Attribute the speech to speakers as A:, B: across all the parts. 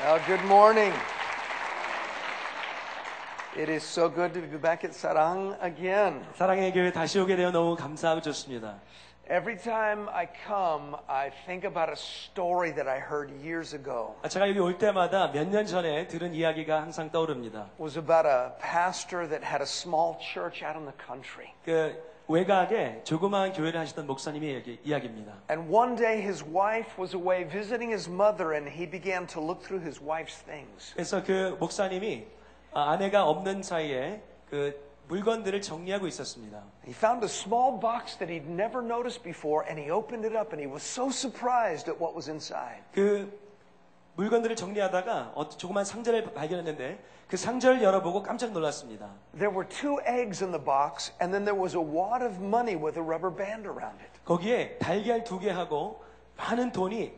A: Well, good morning. It is so good to be back at Sarang again.
B: 사랑의 교회 다시 오게 되어 너무 감사하고 좋습니다.
A: Every time I come, I think about a story that I heard years ago.
B: 아, 제가 여기 올 때마다 몇 년 전에 들은 이야기가 항상 떠오릅니다.
A: It was about a pastor that had a small church out in the country.
B: 그 외곽에 조그마한 교회를 하시던 목사님의 이야기, 이야기입니다.
A: And one day his wife was away visiting his mother and he began to look through his wife's things.
B: 그래서 그 목사님이 아, 아내가 없는 사이에 그 물건들을 정리하고 있었습니다.
A: He found a small box that he'd never noticed before and he opened it up and he was so surprised at what was inside.
B: 그 물건들을 정리하다가 어떤 조그만 상자를 발견했는데 그 상자를 열어보고 깜짝 놀랐습니다.
A: There were two eggs in the box, and then there was a wad of money with a rubber band around it.
B: 거기에 달걀 두 개하고 많은 돈이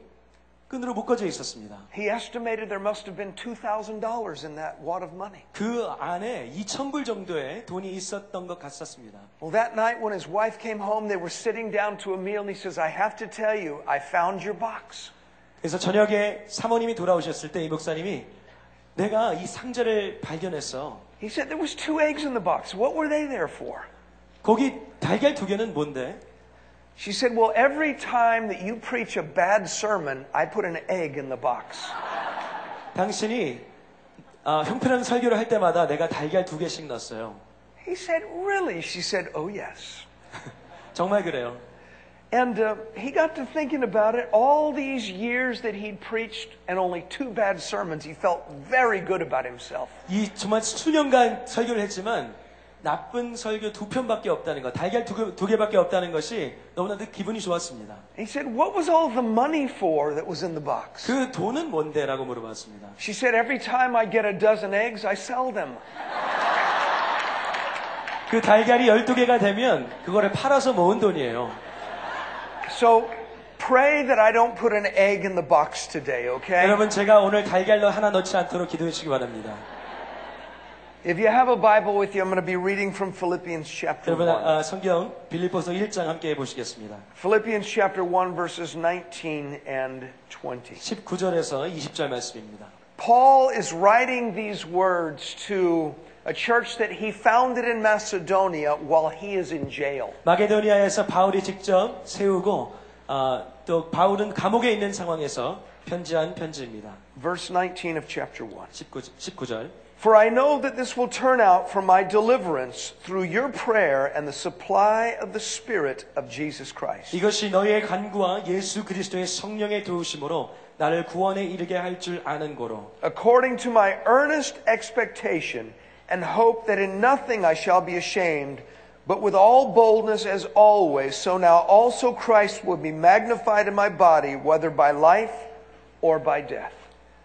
B: 끈으로 묶어져 있었습니다.
A: He estimated there must have been $2,000 in that wad of money.
B: 그 안에 2,000불 정도의 돈이 있었던 것 같았습니다.
A: Well, that night when his wife came home, they were sitting down to a meal, and he says, I have to tell you, I found your box.
B: 그래서 저녁에 사모님이 돌아오셨을 때 이 목사님이 내가 이 상자를 발견했어.
A: He said, There was two eggs in the box. What were they there for?
B: 거기 달걀 두 개는 뭔데?
A: She said, Well, every time that you preach a bad sermon, I put an egg in the box.
B: 당신이 아, 형편없는 설교를 할 때마다 내가 달걀 두 개씩 넣었어요.
A: He said, Really? She said, Oh, yes.
B: 정말 그래요.
A: And uh, he got to thinking about it all these years that he'd preached and only two bad sermons. He felt very good about himself.
B: 이 정말 수년간 설교를 했지만 나쁜 설교 두 편밖에 없다는 것, 달걀 두, 개, 두 개밖에 없다는 것이 너무나도 기분이 좋았습니다.
A: He said, What was all the money for that was in the box?
B: 그 돈은 뭔데? 라고 물어봤습니다.
A: She said, Every time I get a dozen eggs, I sell them.
B: 그 달걀이 12개가 되면 그거를 팔아서 모은 돈이에요.
A: So pray that I don't put an egg in the box today, okay?
B: 여러분 제가 오늘 달걀로 하나 넣지 않도록 기도해 주시기 바랍니다.
A: If you have a Bible with you, I'm going to be reading from Philippians chapter
B: 여러분
A: 1.
B: 아, 성경 빌립보서 1장 함께 해 보시겠습니다.
A: Philippians chapter 1, verses 19 and 20.
B: 19절에서 20절 말씀입니다.
A: Paul is writing these words to a church that he founded in Macedonia while he is in jail.
B: 마게도니아에서 바울이 직접 세우고 아, 또 바울은 감옥에 있는 상황에서 편지한 편지입니다.
A: Verse 19 of chapter 1.
B: 19, 19절.
A: For I know that this will turn out for my deliverance through your prayer and the supply of the Spirit of Jesus Christ.
B: 이것이 너희의 간구와 예수 그리스도의 성령의 도우심으로 나를 구원에 이르게 할 줄 아는 고로
A: According to my earnest expectation and hope that in nothing I shall be ashamed, but with all boldness as always, so now also Christ will be magnified in my body, whether by life or by death.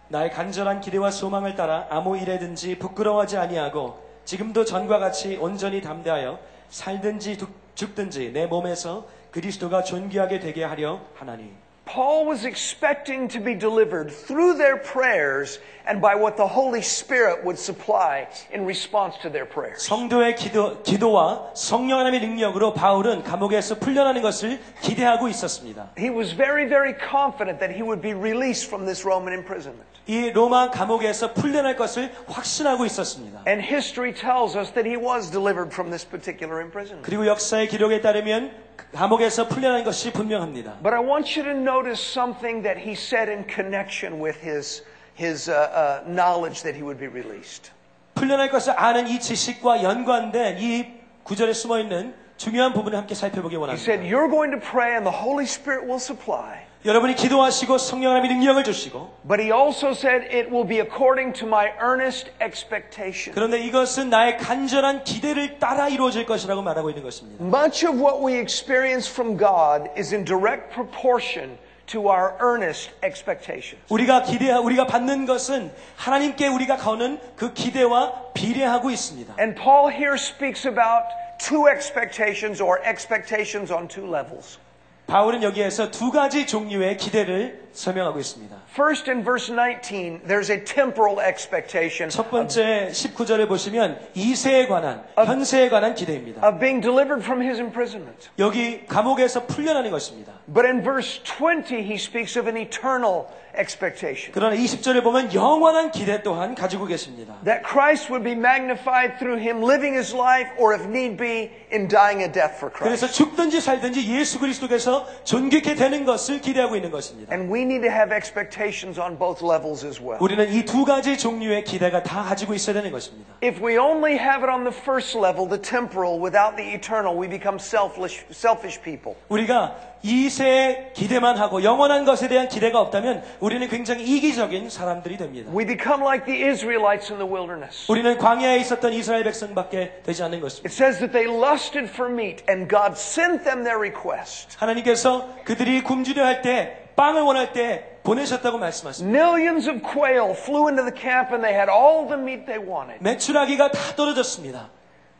B: 나의 간절한 기대와 소망을 따라 아무 일에든지 부끄러워하지 아니하고 지금도 전과 같이 온전히 담대하여 살든지 죽- 죽든지 내 몸에서 그리스도가 존귀하게 되게 하려 하나니
A: Paul was expecting to be delivered through their prayers and by what the Holy Spirit would supply in response to their prayers.
B: 성도의 기도, 기도와 성령 하나님의 능력으로 바울은 감옥에서 풀려나는 것을 기대하고 있었습니다.
A: He was very, very confident that he would be released from this Roman imprisonment.
B: 이 로마 감옥에서 풀려날 것을 확신하고 있었습니다.
A: And history tells us that he was delivered from this particular imprisonment.
B: 그리고 역사의 기록에 따르면 감옥에서 풀려난 것이 분명합니다.
A: But I want you to notice something that he said in connection with his, his uh, uh, knowledge that he would be released.
B: 풀려날 것을 아는 이 지식과 연관된 이 구절에 숨어 있는 중요한 부분을 함께 살펴보기
A: He
B: 원합니다.
A: said, You're going to pray, and the Holy Spirit will supply.
B: 여러분이 기도하시고 성령함이 능력을 주시고
A: But he also said, It will be according to my earnest expectation.
B: 그런데 이것은 나의 간절한 기대를 따라 이루어질 것이라고 말하고 있는 것입니다.
A: Much of what we experience from God is in direct proportion to our earnest expectations.
B: 우리가 기대 우리가 받는 것은 하나님께 우리가 거는 그 기대와 비례하고 있습니다.
A: And Paul here speaks about two expectations or expectations on two levels.
B: 바울은 여기에서 두 가지 종류의 기대를 설명하고 있습니다.
A: First, in verse 19, there's a temporal expectation
B: 첫 번째 19절을 보시면 이세에 관한 현세에 관한 기대입니다.
A: of being delivered from his imprisonment.
B: 여기 감옥에서 풀려나는 것입니다.
A: But in verse 20, he speaks of an eternal expectation.
B: 그러나 20절에 보면 영원한 기대 또한 가지고 계십니다.
A: That Christ would be magnified through him living his life, or if need be, in dying a death for Christ.
B: 그래서 죽든지 살든지 예수 그리스도께서 존귀케 되는 것을 기대하고 있는 것입니다.
A: And we need to have expectations on both levels as well.
B: 우리는 이 두 가지 종류의 기대가 다 가지고 있어야 되는 것입니다.
A: If we only have it on the first level, the temporal, without the eternal, we become selfish, selfish people.
B: 우리가 이세의 기대만 하고 영원한 것에 대한 기대가 없다면 우리는 굉장히 이기적인 사람들이 됩니다.
A: We become like the Israelites in the wilderness.
B: 우리는 광야에 있었던 이스라엘 백성밖에 되지 않는 것입니다.
A: It says that they lusted for meat, and God sent them their request.
B: 하나님께서 그들이 굶주려 할 때 빵을 원할 때 보내셨다고 말씀하십니다.
A: Millions of quail flew into the camp, and they had all the meat they wanted.
B: 매출하기가 다 떨어졌습니다.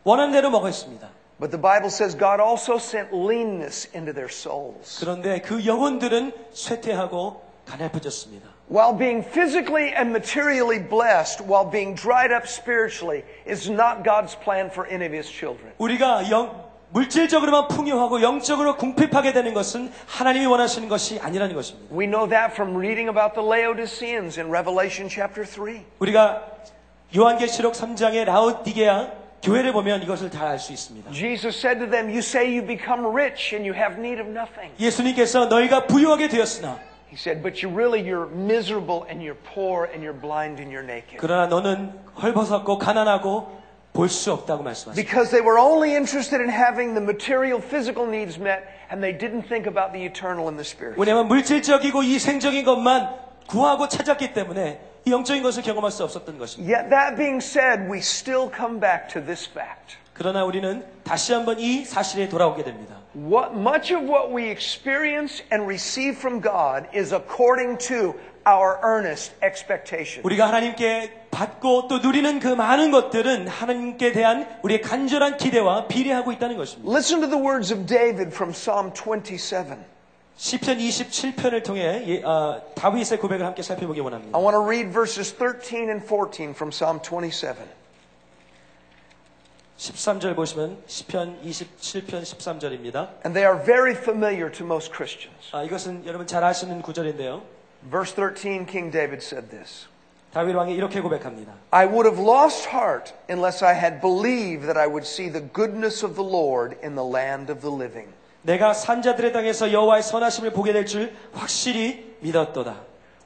B: 원한 대로 먹었습니다.
A: But the Bible says God also sent leanness into their souls.
B: 그런데 그 영혼들은 쇠퇴하고 가냘퍼졌습니다.
A: While being physically and materially blessed, while being dried up spiritually, is not God's plan for any of His children.
B: 우리가 영- 물질적으로만 풍요하고 영적으로 궁핍하게 되는 것은 하나님이 원하시는 것이 아니라는 것입니다.
A: We know that from reading about the Laodiceans in Revelation chapter 3.
B: 우리가 요한계시록 3장의 라우디게아 교회를 보면 이것을 다 알 수 있습니다.
A: Jesus said to them, You say you become rich and you have need of nothing.
B: 예수님께서 너희가 부유하게 되었으나
A: He said, But you really, you're miserable and you're poor and you're blind and you're naked.
B: 그러나 너는 헐벗었고 가난하고 볼 수 없다고 말씀하십니다.
A: Because they were only interested in having the material, physical needs met, and they didn't think about the eternal and the spirit.
B: 왜냐하면 물질적이고 이생적인 것만 구하고 찾았기 때문에 이 영적인 것을 경험할 수 없었던 것입니다.
A: Yet, that being said, we still come back to this fact.
B: 그러나 우리는 다시 한번 이 사실에 돌아오게 됩니다.
A: What, much of what we experience and receive from God is according to our earnest expectation.
B: 우리가 하나님께 받고 또 누리는 그 많은 것들은 하나님께 대한 우리의 간절한 기대와 비례하고 있다는 것입니다.
A: Listen to the words of David from Psalm 27.
B: 시편 27편을 통해 예- 아, 다윗의 고백을 함께 살펴보기
A: I
B: 원합니다.
A: want to read verses 13 and 14 from Psalm 27.
B: 13절 보시면 시편 27편 13절입니다. 아,
A: And they are very familiar to most Christians.
B: 이것은 여러분 잘 아시는 구절인데요.
A: Verse 13, King David said this
B: 다윗 왕이 이렇게 고백합니다.
A: I would have lost heart unless I had believed that I would see the goodness of the Lord in the land of the living.
B: 내가 산자들의 땅에서 여호와의 선하심을 보게 될 줄 확실히 믿었도다.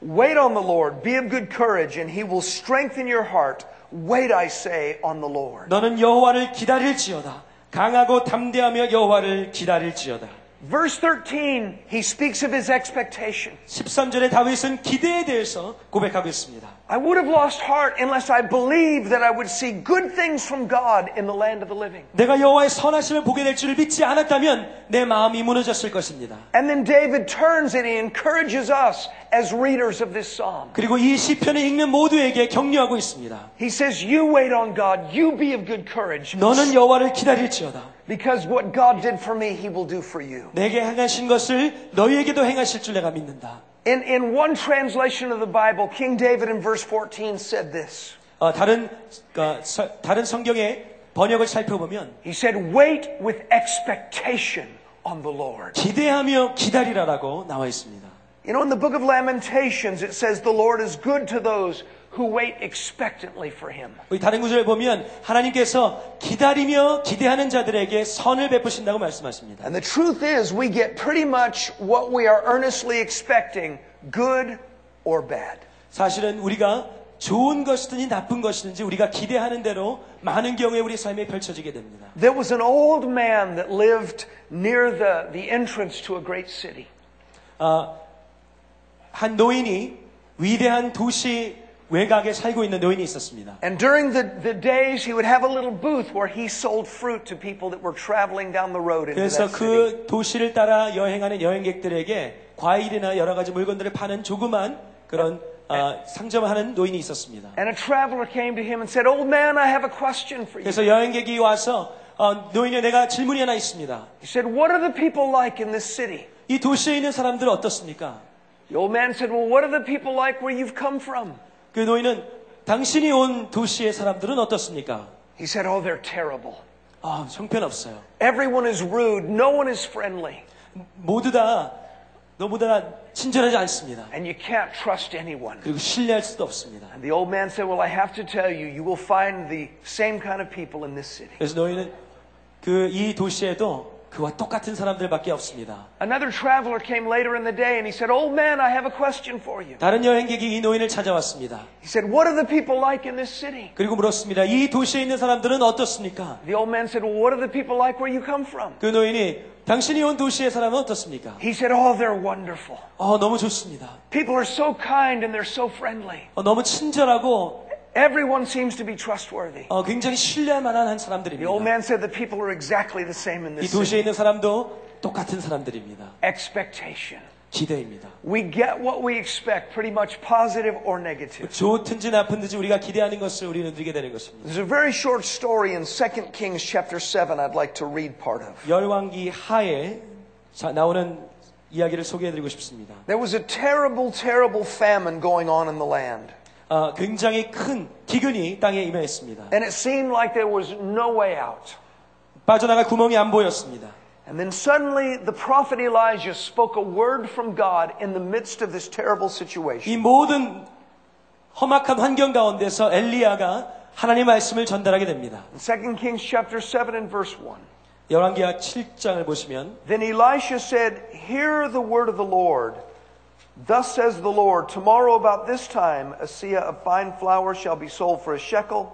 A: Wait on the Lord, be of good courage, and he will strengthen your heart. Wait, I say, on the Lord.
B: 너는 여호와를 기다릴지어다. 강하고 담대하며 여호와를 기다릴지어다.
A: Verse 13, he speaks of his expectation.
B: 13절에 다윗은 기대에 대해서 고백하고 있습니다.
A: I would have lost heart unless I believed that I would see good things from God in the land of the living.
B: 내가 여호와의 선하심을 보게 될 줄을 믿지 않았다면 내 마음이 무너졌을 것입니다.
A: And then David turns and he encourages us as readers of this psalm.
B: 그리고 이 시편을 읽는 모두에게 격려하고 있습니다.
A: He says, You wait on God, you be of good courage,
B: 너는 여호와를 기다릴지어다.
A: because what God did for me, he will do for you.
B: 내게 행하신 것을 너희에게도 행하실 줄 내가 믿는다.
A: In, in one translation of the Bible, King David in verse 14 said this
B: 어, 다른 어, 서- 다른 성경의 번역을 살펴보면
A: He said, Wait with expectation on the Lord.
B: 기대하며 기다리라라고 나와 있습니다.
A: You know, in the book of Lamentations, it says, The Lord is good to those who wait expectantly for him.
B: 우리 다른 구절에 보면 하나님께서 기다리며 기대하는 자들에게 선을 베푸신다고 말씀하십니다.
A: And the truth is, we get pretty much what we are earnestly expecting, good or bad.
B: 사실은 우리가 좋은 것이든지 나쁜 것이든지 우리가 기대하는 대로 많은 경우에 우리 삶이 펼쳐지게 됩니다.
A: There was an old man that lived near the, the entrance to a great city.
B: 한 노인이 위대한 도시 외곽에 살고 있는 노인이 있었습니다.
A: And during the, the days, he would have a little booth where he sold fruit to people that were traveling down the road into
B: 그래서
A: that city.
B: 그 도시를 따라 여행하는 여행객들에게 과일이나 여러 가지 물건들을 파는 조그만 그런 아, 상점을 하는 노인이 있었습니다.
A: And a traveler came to him and said, Old man, I have a question for you.
B: 그래서 여행객이 와서 어, 노인이 내가 질문이 하나 있습니다.
A: He said, What are the people like in this city?
B: 이 도시에 있는 사람들은 어떻습니까?
A: The old man said, Well, what are the people like where you've come from?
B: 그 노인은 당신이 온 도시의 사람들은 어떻습니까?
A: He said, Oh, they're terrible.
B: 아, 형편없어요.
A: Everyone is rude. No one is friendly.
B: 모두 다 너보다 친절하지 않습니다.
A: and you can't trust anyone.
B: 그리고 신뢰할 수도 없습니다.
A: And the old man said, Well, I have to tell you, you will find the same kind of people in this city.
B: 그래서 너희는 그 이 도시에도 그와 똑같은 사람들밖에 없습니다.
A: Another traveler came later in the day and he said, Old man, I have a question for you.
B: 다른 여행객이 이 노인을 찾아왔습니다.
A: He said, What are the people like in this city?
B: 그리고 물었습니다. 이 도시에 있는 사람들은 어떻습니까?
A: The old man said, Well, what are the people like where you come from?
B: 그 노인이 당신이 온 도시의 사람은 어떻습니까?
A: He said, Oh, they're wonderful.
B: 어, 너무 좋습니다.
A: People are so kind and they're so friendly.
B: 어, 너무 친절하고
A: Everyone seems to be trustworthy.
B: 어, 굉장히 신뢰할 만한
A: The
B: 한
A: old
B: 사람들입니다.
A: man said, The people are exactly the same in
B: 이
A: this city.
B: 도시에 있는 사람도 똑같은 사람들입니다.
A: Expectation.
B: 기대입니다.
A: We get what we expect, pretty much positive or negative.
B: 좋든지 나쁜든지 우리가 기대하는 것을 우리는 누리게 되는 것입니다.
A: There's a very short story in 2 Kings chapter 7 I'd like to read part of.
B: 열왕기 하에 자- 나오는 이야기를 소개해드리고 싶습니다.
A: There was a terrible, terrible famine going on in the land.
B: 아, 굉장히 큰 기근이 땅에 임했습니다.
A: And it seemed like there was no way out.
B: 빠져나갈 구멍이 안 보였습니다.
A: And then suddenly the prophet Elijah spoke a word from God in the midst of this terrible situation.
B: 이 모든 험악한 환경 가운데서 엘리야가 하나님 말씀을 전달하게 됩니다.
A: In 2 Kings chapter 7 and verse 1.
B: 열왕기하 7장을 보시면
A: Then Elisha said, Hear the word of the Lord. Thus says the Lord, Tomorrow about this time, a seah of fine flour shall be sold for a shekel,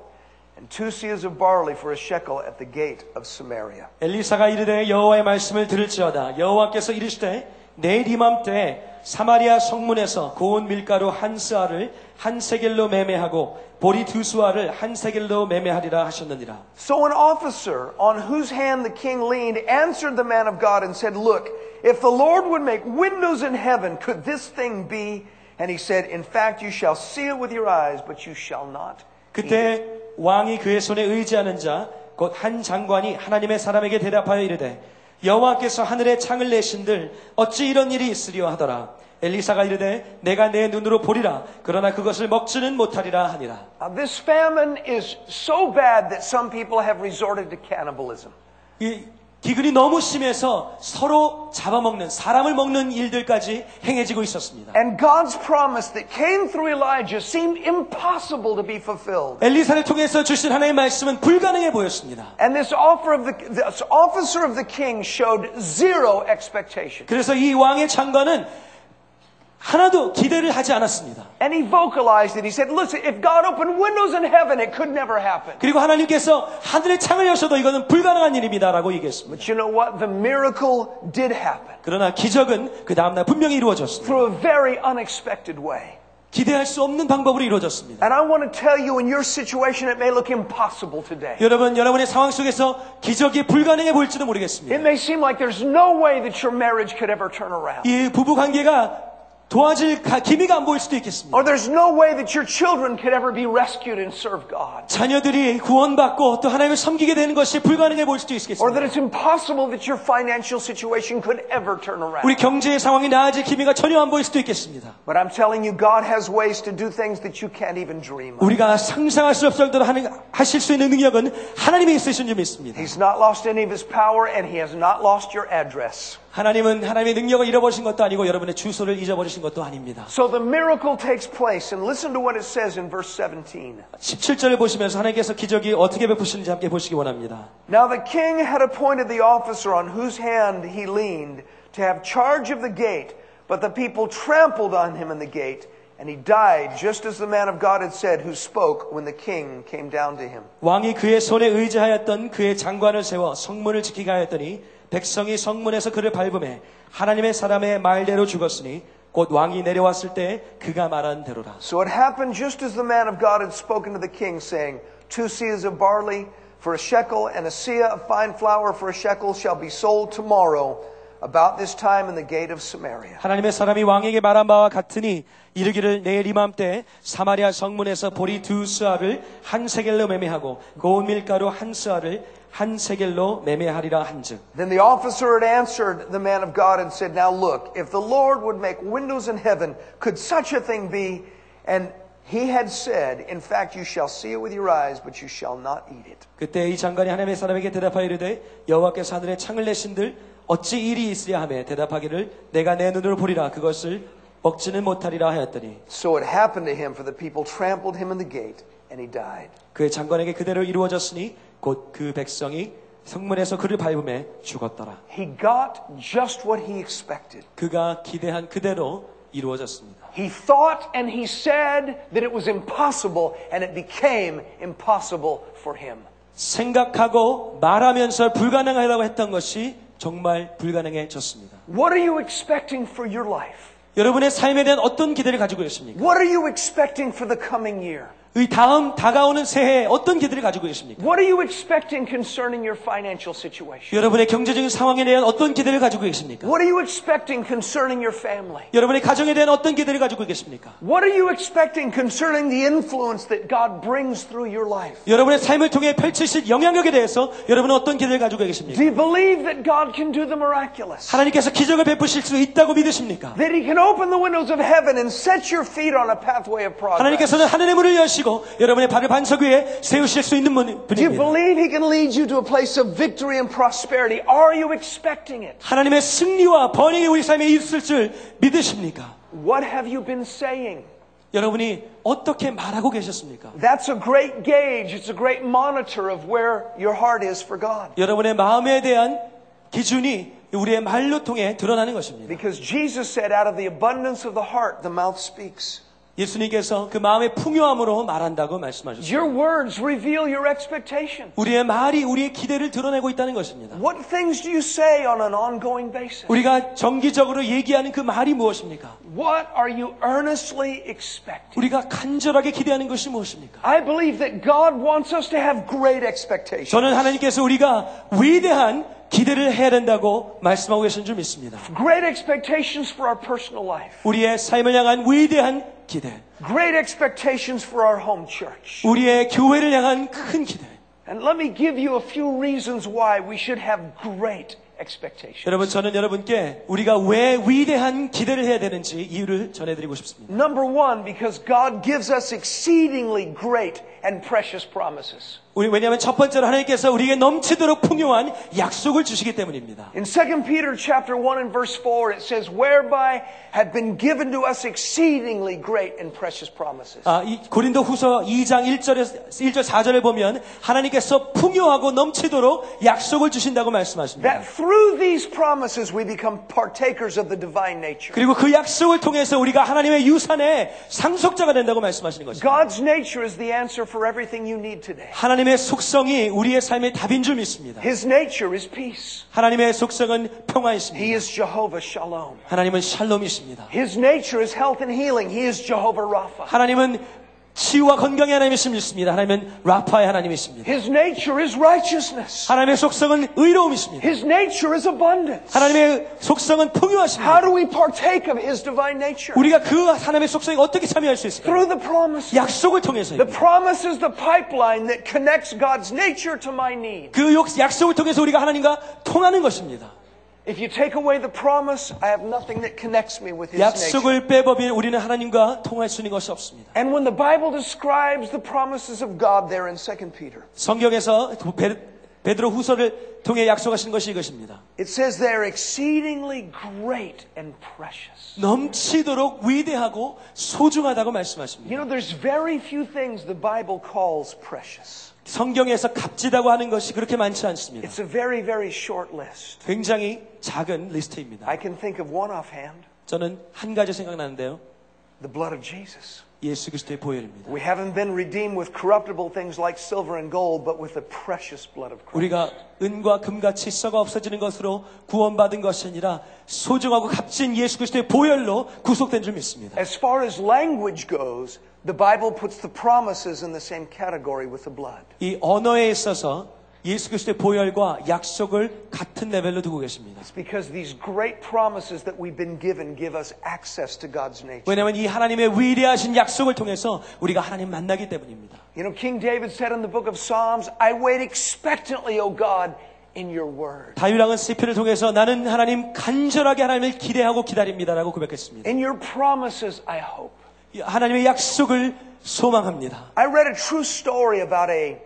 A: and two seahs of barley for a shekel at the gate of Samaria.
B: 엘리사가 이르되 여호와의 말씀을 들을지어다 여호와께서 이르시되 내일 이맘때 사마리아 성문에서 고운 밀가루 한 스아를 한 세겔로 매매하고 보리 두 스아를 한 세겔로 매매하리라 하셨느니라
A: So an officer on whose hand the king leaned answered the man of God and said, Look, if the Lord would make windows in heaven, could this thing be? And he said, In fact, you shall see it with your eyes, but you shall not. eat it."
B: 그때 왕이 그의 손에 의지하는 자 곧 한 장관이 하나님의 사람에게 대답하여 이르되 여호와께서 하늘에 창을 내신들 어찌 이런 일이 있으리요 하더라 엘리사가 이르되 내가 내 눈으로 보리라 그러나 그것을 먹지는 못하리라 하니라
A: Now, Uh, this famine is so bad that some people have resorted to cannibalism.
B: 이 기근이 너무 심해서 서로 잡아먹는 사람을 먹는 일들까지 행해지고 있었습니다.
A: And God's promise that came through Elijah seemed impossible to be fulfilled.
B: 엘리사를 통해서 주신 하나님의 말씀은 불가능해 보였습니다.
A: And this, offer of the, this officer of the king showed zero expectation.
B: 그래서 이 왕의 장관은 하나도 기대를 하지 않았습니다.
A: And he vocalized it. He said, Listen, if God opened windows in heaven, it could never happen.
B: 그리고 하나님께서 하늘의 창을 여셔도 이거는 불가능한 일입니다라고 얘기했습니다.
A: But you know what? The miracle did happen
B: 그러나 기적은 그 다음날 분명히 이루어졌습니다.
A: through a very unexpected way.
B: 기대할 수 없는 방법으로 이루어졌습니다.
A: And I want to tell you, in your situation, it may look impossible today.
B: 여러분, 여러분의 상황 속에서 기적이 불가능해 보일지도 모르겠습니다.
A: It may seem like there's no way that your marriage could ever turn around.
B: 이 부부 관계가 도와질 가- 기미가 안 보일 수도 있겠습니다.
A: Or there's no way that your children could ever be rescued and serve God.
B: 자녀들이 구원받고 또 하나님을 섬기게 되는 것이 불가능해 보일 수도
A: Or that
B: 있겠습니다.
A: it's impossible that your financial situation could ever turn
B: 우리
A: around.
B: 경제의 상황이 나아질 기미가 전혀 안 보일 수도 있겠습니다.
A: But I'm telling you, God has ways to do things that you can't even dream of.
B: 우리가 상상할 수 없을 정도로 하는, 하실 수 있는 능력은 하나님이 있으신 줄 믿습니다.
A: He's not lost any of his power, and he has not lost your address.
B: 하나님은 하나님의 능력을 잃어버리신 것도 아니고 여러분의 주소를 잊어버리신 것도 아닙니다.
A: So the miracle takes place, and listen to what it says in verse 17.
B: 17절을 보시면서 하나님께서 기적이 어떻게 베푸시는지 함께 보시기 원합니다.
A: Now the king had appointed the officer on whose hand he leaned to have charge of the gate, but the people trampled on him in the gate, and he died just as the man of God had said who spoke when the king came down to him.
B: 왕이 그의 손에 의지하였던 그의 장관을 세워 성문을 지키게 하였더니 백성이 성문에서 그를 밟음에 하나님의 사람의 말대로 죽었으니 곧 왕이 내려왔을 때 그가 말한 대로라.
A: So it happened just as the man of God had spoken to the king, saying, Two seahs of barley for a shekel, and a seah of fine flour for a shekel shall be sold tomorrow about this time in the gate of Samaria.
B: 하나님의 사람이 왕에게 말한 바와 같으니 이르기를 내일 이맘때 사마리아 성문에서 보리 두 스아를 한 세겔로 매매하고 고운 밀가루 한 스아를 한 세겔로 매매하리라 한즉
A: Then the officer had answered the man of God and said, Now look, if the Lord would make windows in heaven, could such a thing be? And he had said, In fact, you shall see it with your eyes, but you shall not eat it.
B: 그때 이 장관이 하나님의 사람에게 대답하여 이르되 여호와께서 하늘에 창을 내신들 어찌 일이 있으랴 하며 대답하기를 내가 내 눈으로 보리라 그것을 먹지는 못하리라 하였더니
A: So it happened to him, for the people trampled him in the gate, and he died.
B: 그의 장관에게 그대로 이루어졌으니 곧 그 백성이 성문에서 그를 밟음에 죽었더라.
A: He got just what he expected.
B: 그가 기대한 그대로 이루어졌습니다.
A: He thought and he said that it was impossible, and it became impossible for him.
B: 생각하고 말하면서 불가능하다고 했던 것이 정말 불가능해졌습니다.
A: What are you expecting for your life?
B: 여러분의 삶에 대한 어떤 기대를 가지고 계십니까?
A: What are you expecting for the coming year?
B: 이 다음 다가오는 새해에 어떤 기대를 가지고 계십니까?
A: What are you expecting concerning your financial situation?
B: 여러분의 경제적인 상황에 대한 어떤 기대를 가지고 계십니까?
A: What are you expecting concerning your family?
B: 여러분의 가정에 대한 어떤 기대를 가지고 계십니까?
A: What are you expecting concerning the influence that God brings through your life?
B: 여러분의 삶을 통해 펼치실 영향력에 대해서 여러분은 어떤 기대를 가지고 계십니까?
A: Do you believe that God can do the miraculous?
B: 하나님께서 기적을 베푸실 수 있다고 믿으십니까?
A: That He can open the windows of heaven and set your feet on a pathway of progress?
B: 하나님께서는 하늘의 문을 여시고 여러분의 발을 반석 위에 세우실 수 있는 분-
A: Do you
B: 분입니다.
A: believe He can lead you to a place of victory and prosperity? Are you expecting it?
B: 하나님의 승리와 번영이 우리 삶에 있을 줄 믿으십니까?
A: What have you been saying?
B: 여러분이 어떻게 말하고 계셨습니까?
A: That's a great gauge. It's a great monitor of where your heart is for God.
B: 여러분의 마음에 대한 기준이 우리의 말로 통해 드러나는 것입니다.
A: Because Jesus said, out of the abundance of the heart, the mouth speaks.
B: 예수님께서 그 마음의 풍요함으로 말한다고 말씀하셨습니다.
A: Your words reveal your expectation.
B: 우리의 말이 우리의 기대를 드러내고 있다는 것입니다.
A: What things do you say on an ongoing basis?
B: 우리가 정기적으로 얘기하는 그 말이 무엇입니까?
A: What are you earnestly expecting?
B: 우리가 간절하게 기대하는 것이 무엇입니까?
A: I believe that God wants us to have great expectations.
B: 저는 하나님께서 우리가 위대한 기대를 해야 된다고 말씀하고 계신 줄 믿습니다.
A: Great expectations for our personal life.
B: 우리의 삶을 향한 위대한 기대,
A: Great expectations for our home church.
B: 우리의 교회를 향한 큰 기대.
A: And let me give you a few reasons why we should have great expectations.
B: 여러분, 저는 여러분께 우리가 왜 위대한 기대를 해야 되는지 이유를 전해드리고 싶습니다.
A: Number one, because God gives us exceedingly great and precious promises.
B: 우리, 왜냐하면 첫 번째로 하나님께서 우리에게 넘치도록 풍요한 약속을 주시기 때문입니다.
A: In 2 Peter chapter 1 and verse 4 it says whereby have been given to us exceedingly great and precious promises.
B: 아, 이 고린도 후서 2장 1절에, 1절 4절을 보면 하나님께서 풍요하고 넘치도록 약속을 주신다고 말씀하십니다.
A: That through these promises we become partakers of the divine nature.
B: 그리고 그 약속을 통해서 우리가 하나님의 유산의 상속자가 된다고 말씀하시는 것입니다.
A: God's nature is the answer for everything you need today.
B: 하나님의 속성이 우리의 삶의 답인 줄 믿습니다.
A: His nature is peace.
B: 하나님의 속성은
A: He
B: 평화이십니다.
A: is Jehovah Shalom.
B: 하나님은 샬롬이십니다.
A: His nature is health and healing. He is Jehovah Rapha.
B: 하나님은 치유와 건강의 하나님이십니다. 하나님은 라파의 하나님이십니다.
A: His nature is righteousness.
B: 하나님의 속성은 의로움이십니다.
A: His nature is abundance.
B: 하나님의 속성은
A: How
B: 풍요하십니다.
A: do we partake of his divine nature?
B: 우리가 그 하나님의 속성에 어떻게 참여할 수 있을까요?
A: Through the promises.
B: 약속을
A: The
B: 통해서입니다.
A: promise is the pipeline that connects God's nature to my need.
B: 그 욕- 약속을 통해서 우리가 하나님과 통하는 것입니다.
A: If you take away the promise, I have nothing that connects me with His nature.
B: 약속을 빼버린 우리는 하나님과 통할 수 있는 것이 없습니다.
A: And when the Bible describes the promises of God there in 2 Peter,
B: 성경에서 베, 드로 후서를 통해 약속하신 것이 이것입니다.
A: it says they're exceedingly great and precious.
B: 넘치도록 위대하고 소중하다고 말씀하십니다.
A: You know, there's very few things the Bible calls precious.
B: 성경에서 값지다고 하는 것이 그렇게 많지 않습니다.
A: It's a very, very short list.
B: 굉장히 작은 리스트입니다.
A: I can think of one offhand
B: 저는 한 가지 생각나는데요.
A: the blood of Jesus.
B: 예수 그리스도의 보혈입니다.
A: We haven't been redeemed with corruptible things like silver and gold, but with the precious blood of Christ.
B: 우리가 은과 금같이 썩어 없어지는 것으로 구원받은 것이 아니라 소중하고 값진 예수 그리스도의 보혈로 구속된 줄 믿습니다.
A: As far as language goes, the Bible puts the promises in the same category with the blood.
B: 이 언어에 있어서 예수 그리스도의 보혈과 약속을 같은 레벨로 두고 계십니다.
A: It's because these great promises that we've been given give us access to God's nature.
B: 왜냐하면 이 하나님의 위대하신 약속을 통해서 우리가 하나님 만나기 때문입니다.
A: You know, King David said in the book of Psalms, I wait expectantly, O God, in your word.
B: 다윗왕은 시편을 통해서 나는 하나님 간절하게 하나님을 기대하고 기다립니다라고 고백했습니다.
A: In your promises, I hope.
B: 하나님의 약속을 소망합니다.
A: I read a true story about a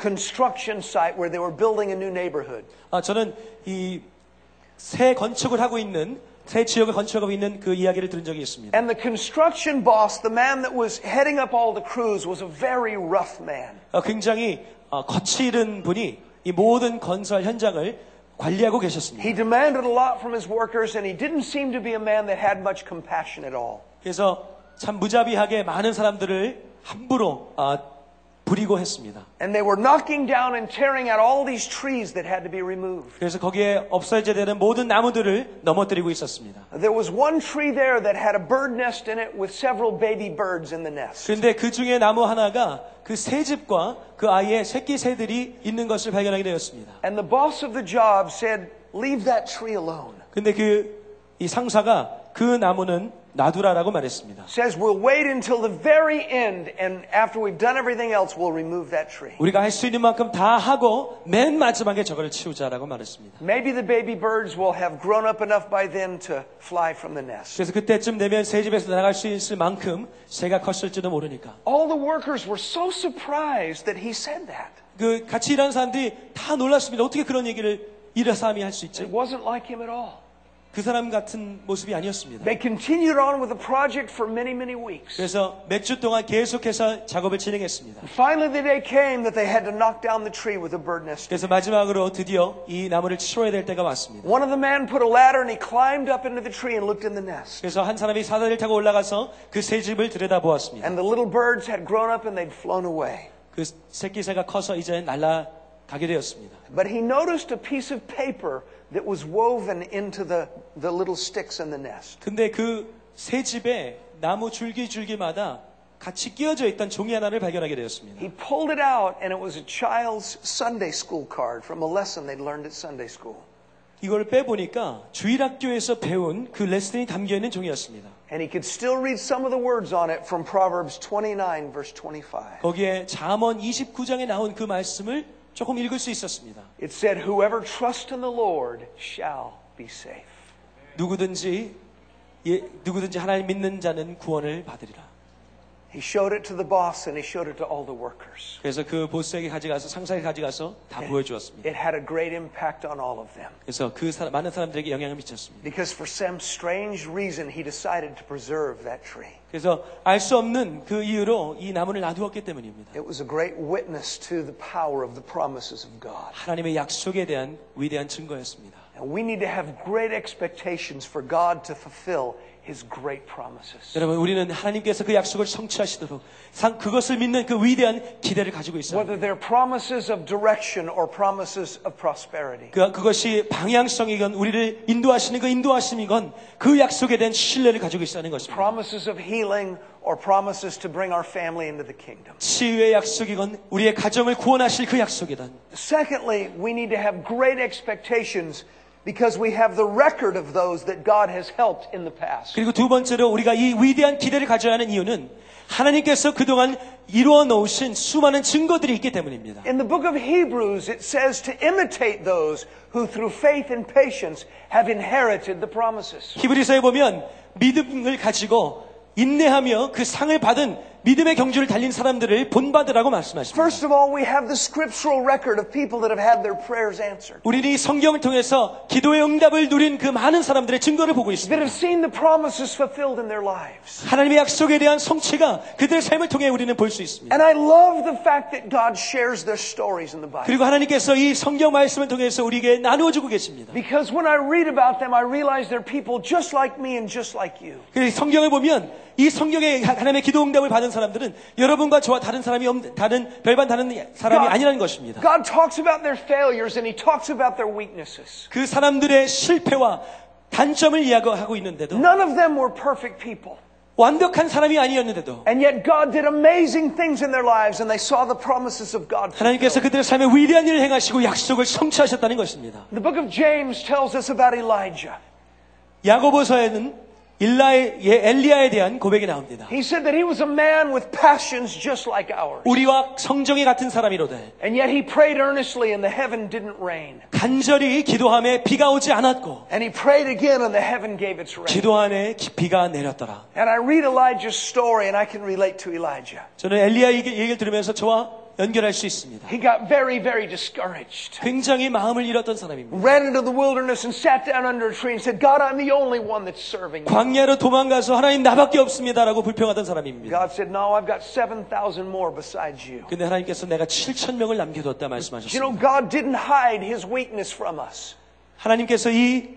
A: construction site where they were building a new neighborhood.
B: 아, 저는 아, 이 새 건축을 하고 있는 새 지역을 건축하고 있는 그 이야기를 들은 적이 있습니다.
A: And the construction boss, the man that was heading up all the crews, was a very rough man.
B: 어, 굉장히 어, 거칠은 분이 이 모든 건설 현장을 관리하고 계셨습니다.
A: He demanded a lot from his workers, and he didn't seem to be a man that had much compassion at all.
B: 그래서 참 무자비하게 많은 사람들을 함부로 아, 부리고 했습니다.
A: And they were knocking down and tearing out all these trees that had to be removed.
B: 그래서 거기에 없어져야 되는 모든 나무들을 넘어뜨리고 있었습니다.
A: There was one tree there that had a bird nest in it with several baby birds in the nest.
B: 그런데 그 중에 나무 하나가 그 새집과 그 아이의 새끼 새들이 있는 것을 발견하게 되었습니다.
A: And the boss of the job said, Leave that tree alone.
B: 근데 그 이 상사가 그 나무는 놔두라라고 말했습니다.
A: Says, We'll wait until the very end, and after we've done everything else, we'll remove that tree.
B: 우리가 할 수 있는 만큼 다 하고 맨 마지막에 저거를 치우자라고 말했습니다.
A: Maybe the baby birds will have grown up enough by then to fly from the nest.
B: 그래서 그때쯤 되면 새 집에서 나갈 수 있을 만큼 새가 컸을지도 모르니까.
A: All the workers were so surprised that he said that.
B: 그 같이 일하는 사람들이 다 놀랐습니다. 어떻게 그런 얘기를 일한 사람이 할 수
A: It
B: 있지?
A: wasn't like him at all.
B: 그 사람 같은 모습이 아니었습니다.
A: They continued on with the project for many, many weeks.
B: 그래서 몇 주 동안 계속해서 작업을 진행했습니다.
A: Finally, the day came that they had to knock down the tree with a bird nest.
B: 그래서 마지막으로 드디어 이 나무를 치러야 될 때가 왔습니다.
A: One of the men put a ladder and he climbed up into the tree and looked in the nest.
B: 그래서 한 사람이 사다리를 타고 올라가서 그 새 집을 들여다보았습니다.
A: And the little birds had grown up and they'd flown away.
B: 그 새끼 새가 커서 이제 날아가게 되었습니다.
A: But he noticed a piece of paper that was woven into the, the little sticks in the nest.
B: 근데 그 새 집에 나무 줄기줄기마다 같이 끼어져 있던 종이 하나를 발견하게 되었습니다.
A: He pulled it out, and it was a child's Sunday school card from a lesson they'd learned at Sunday school.
B: 이걸 빼보니까 주일학교에서 배운 그 레슨이 담겨있는 종이었습니다.
A: And he could still read some of the words on it from Proverbs 29, verse 25.
B: 거기에 잠언 29장에 나온 그 말씀을 조금 읽을 수 있었습니다.
A: It said, Whoever trusts in the Lord shall be safe.
B: 누구든지 예, 누구든지 하나님 믿는 자는 구원을 받으리라.
A: He showed it to the boss, and he showed it to all the workers.
B: 그래서 그 보스에게 가져가서 상사에게 가져가서 다 보여주었습니다.
A: It had a great impact on all of them.
B: 그래서 그 사람- 많은 사람들에게 영향을 미쳤습니다.
A: Because for some strange reason, he decided to preserve that tree.
B: 그래서 알 수 없는 그 이유로 이 나무를 놔두었기 때문입니다.
A: It was a great witness to the power of the promises of God.
B: 하나님의 약속에 대한 위대한 증거였습니다.
A: And we need to have great expectations for God to fulfill His great promises.
B: 여러분, 우리는 하나님께서 그 약속을 성취하시도록 상- 그것을 믿는 그 위대한 기대를 가지고 있어요.
A: Whether they're promises of direction or promises of prosperity.
B: 그, 그것이 방향성이건 우리를 인도하시는 그 인도하심이건 그 약속에 대한 신뢰를 가지고 있다는 것입니다.
A: Promises of healing or promises to bring our family into the kingdom.
B: 치유의 약속이건 우리의 가정을 구원하실 그 약속이든
A: Secondly, we need to have great expectations because we have the record of those that God has helped in the past.
B: 그리고 두 번째로 우리가 이 위대한 기대를 가져야 하는 이유는 하나님께서 그동안 이루어 놓으신 수많은 증거들이 있기 때문입니다.
A: In the book of Hebrews, it says to imitate those who through faith and patience have inherited the promises.
B: 히브리서에 보면 믿음을 가지고 인내하며 그 상을 받은 믿음의 경주를 달린 사람들을 본받으라고 말씀하십니다.
A: First of all, we have the scriptural record of people that have had their prayers answered,
B: 우리는 이 성경을 통해서 기도의 응답을 누린 그 많은 사람들의 증거를 보고
A: that
B: 있습니다.
A: have seen the promises fulfilled in their lives.
B: 하나님의 약속에 대한 성취가 그들의 삶을 통해 우리는 볼 수 있습니다.
A: And I love the fact that God shares their stories in the Bible.
B: 그리고 하나님께서 이 성경 말씀을 통해서 우리에게 나누어 주고 계십니다.
A: Because when I read about them, I realize they're people just like me and just like you.
B: 그래서 성경을 보면 이 성경에 하나님의 기도 응답을 받은 사람들은 여러분과 저와 다른 사람이 없, 다른 별반 다른 사람이 아니라는 것입니다.
A: God talks about their failures and He talks about their weaknesses.
B: 그 사람들의 실패와 단점을 이야기하고 있는데도
A: None of them were perfect people.
B: 완벽한 사람이 아니었는데도
A: And yet God did amazing things in their lives and they saw the promises of God.
B: 하나님께서 그들의 삶에 위대한 일을 행하시고 약속을 성취하셨다는 것입니다.
A: The book of James tells us about Elijah.
B: 야고보서에는 일라의 예, 엘리야에 대한 고백이 나옵니다.
A: He said that he was a man with passions just like ours.
B: 우리와 성정이 같은 사람이로되
A: And yet he prayed earnestly and the heaven didn't rain.
B: 간절히 기도함에 비가 오지 않았고
A: And he prayed again and the heaven gave its rain.
B: 기도함에 기- 비가 내렸더라.
A: And I read Elijah's story and I can relate to Elijah.
B: 저는 엘리야 얘기- 얘기를 들으면서 저와 연결할 수 있습니다.
A: He got very, very discouraged.
B: 굉장히 마음을 잃었던 사람입니다.
A: Ran into the wilderness and sat down under a tree and said, God, I'm the only one that's serving you.
B: 광야로 도망가서 하나님 나밖에 없습니다라고 불평하던 사람입니다.
A: God said, No, I've got 7,000 more besides you.
B: 근데 하나님께서 내가 7천 명을
A: You know,
B: 남겨뒀다 말씀하셨습니다.
A: God didn't hide his weakness from us.
B: 하나님께서 이,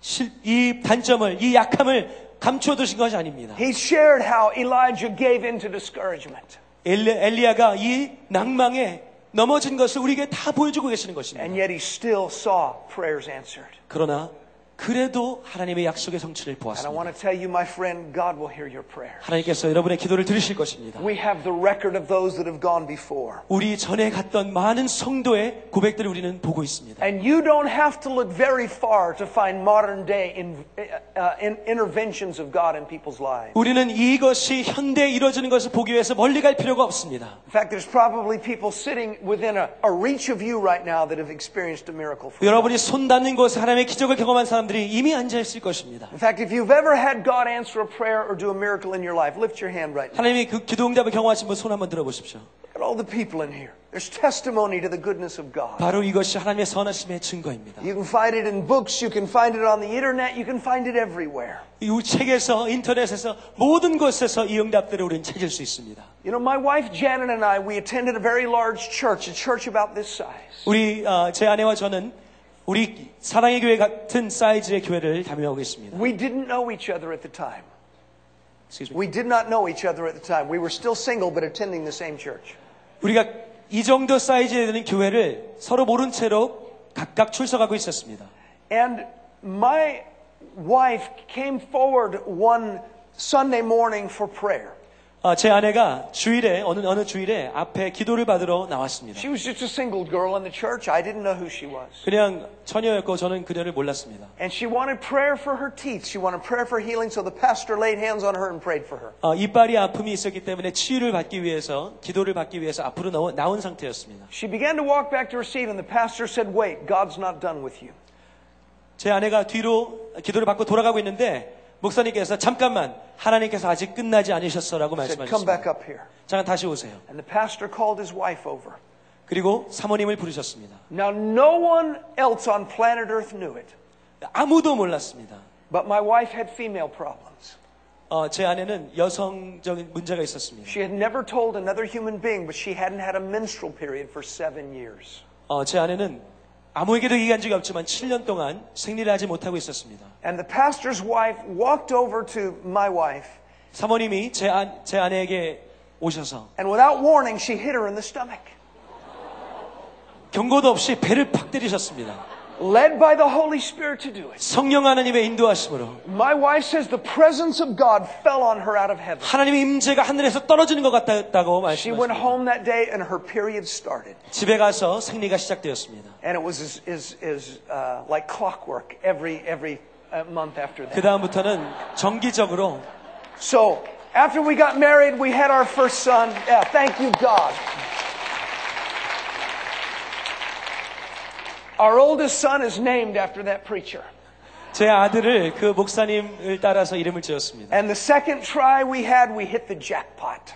B: 실- 이 단점을, 이 약함을 감춰두신 것이 아닙니다.
A: He shared how Elijah gave in to discouragement.
B: 엘리, 엘리야가 이 낭망에 넘어진 것을 우리에게 다 보여주고 계시는 것입니다.
A: And yet he still saw prayers answered.
B: 그러나 그래도 하나님의 약속의 성취를
A: And I
B: 보았습니다.
A: want to tell you, my friend, God will hear your prayer.
B: 하나님께서 여러분의 기도를 들으실 것입니다.
A: We have the record of those that have gone before.
B: 우리 전에 갔던 많은 성도의 고백들을 우리는 보고 있습니다.
A: And you don't have to look very far to find modern day in, uh, in interventions of God in people's lives.
B: 우리는 이것이 현대에 이루어지는 것을 보기 위해서 멀리 갈 필요가 없습니다.
A: In fact, there's probably people sitting within a, a reach of you right now that have experienced a miracle. From God.
B: 여러분이 손 닿는 곳에 하나님의 기적을 경험한 사람들이 이미 앉아 있을 것입니다.
A: In fact, if you've ever had God answer a prayer or do a miracle in your life, lift your hand right now.
B: 하나님의 그 기도 응답을 경험하신 분 손 한번 들어보십시오.
A: Look at all the people in here. There's testimony to the goodness of God.
B: 바로 이것이 하나님의 선하심의 증거입니다.
A: You can find it in books, you can find it on the internet, you can find it everywhere.
B: 이 책에서 인터넷에서 모든 곳에서 이 응답들을 우리는 찾을 수 있습니다.
A: You know, my wife Janet and I, we attended a very large church, a church about this size.
B: 우리 아, 제 아내와 저는 우리 사랑의 교회 같은 사이즈의 교회를 담임하고 있습니다.
A: We didn't know each other at the time.
B: Excuse me.
A: We did not know each other at the time. We were still single, but attending the same church.
B: 우리가 이 정도 사이즈에 되는 교회를 서로 모른 채로 각각 출석하고 있었습니다.
A: And my wife came forward one Sunday morning for prayer.
B: 아, 제 아내가 주일에 어느 어느 주일에 앞에 기도를 받으러 나왔습니다.
A: She was just a single girl in the church. I didn't know who she was.
B: 그냥 처녀였고 저는 그녀를 몰랐습니다.
A: And she wanted prayer for her teeth. She wanted prayer for healing, so the pastor laid hands on her and prayed for her.
B: 아, 이빨이 아픔이 있었기 때문에 치유를 받기 위해서 기도를 받기 위해서 앞으로 나온, 나온 상태였습니다.
A: She began to walk back to her seat, and the pastor said, Wait, God's not done with you.
B: 제 아내가 뒤로 기도를 받고 돌아가고 있는데 목사님께서 잠깐만 하나님께서 아직 끝나지 않으셨어라고
A: He said, Come
B: 말씀하셨습니다.
A: back up here.
B: 잠깐 다시 오세요.
A: And the pastor called his wife over.
B: 그리고 사모님을 부르셨습니다.
A: Now, no one else on planet Earth knew it,
B: 아무도 몰랐습니다.
A: but my wife had female problems.
B: 어, 제 아내는 여성적인 문제가 있었습니다.
A: She had never told another human being, but she hadn't had a menstrual period for seven years.
B: 어, 제 아내는 아무에게도 얘기한 적이 없지만 7년 동안 생리를 하지 못하고 있었습니다.
A: And the pastor's wife walked over to my wife,
B: 사모님이 제, 아, 제 아내에게 오셔서
A: and without warning, she hit her in the stomach.
B: 경고도 없이 배를 팍 때리셨습니다.
A: Led by the Holy Spirit to do it.
B: 성령 하나님의 인도하심으로
A: My wife says the presence of God fell on her out of heaven.
B: 하나님의 임재가 하늘에서 떨어지는 것 같다고
A: She went
B: 말씀하셨습니다.
A: home that day and her period started.
B: 집에 가서 생리가 시작되었습니다.
A: And it was as, as, as, uh, like clockwork every, every uh, month after
B: 그
A: that.
B: 다음부터는 정기적으로
A: So after we got married, we had our first son. Yeah, thank you, God. Our oldest son is named after that preacher.
B: 제 아들을 그 목사님을 따라서 이름을 지었습니다.
A: And the second try we had, we hit the jackpot.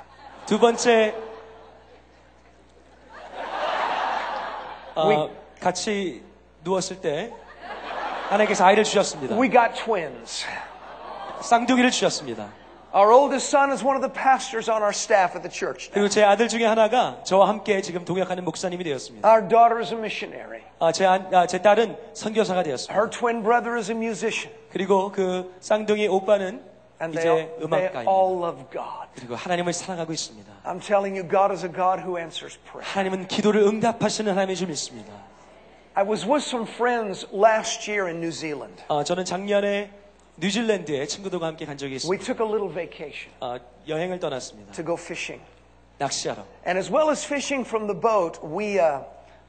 B: 두 번째 어, Uh,
A: We-
B: 같이 누웠을 때 하나님께서 아이를 주셨습니다.
A: We got twins.
B: 쌍둥이를 주셨습니다.
A: Our oldest son is one of the pastors on our staff at the church. now.
B: 그리고 제 아들 중에 하나가 저와 함께 지금 동역하는 목사님이 되었습니다.
A: Our daughter is a missionary.
B: 아, 제, 안- 아, 제 딸은 선교사가 되었습니다.
A: Her twin brother is a musician.
B: 그리고 그 쌍둥이 오빠는
A: And they,
B: 이제
A: all- they
B: 음악가입니다.
A: all love God.
B: 그리고 하나님을 사랑하고 있습니다.
A: I'm telling you, God is a God who answers prayer.
B: 하나님은 기도를 응답하시는 하나님이 좀 있습니다.
A: I was with some friends last year in New Zealand.
B: 아, 저는 작년에 뉴질랜드에 친구들과 함께 간 적이
A: We
B: 있습니다.
A: took a little vacation
B: 아, 여행을 떠났습니다.
A: to go fishing.
B: 낚시하러.
A: And as well as fishing from the boat, we uh,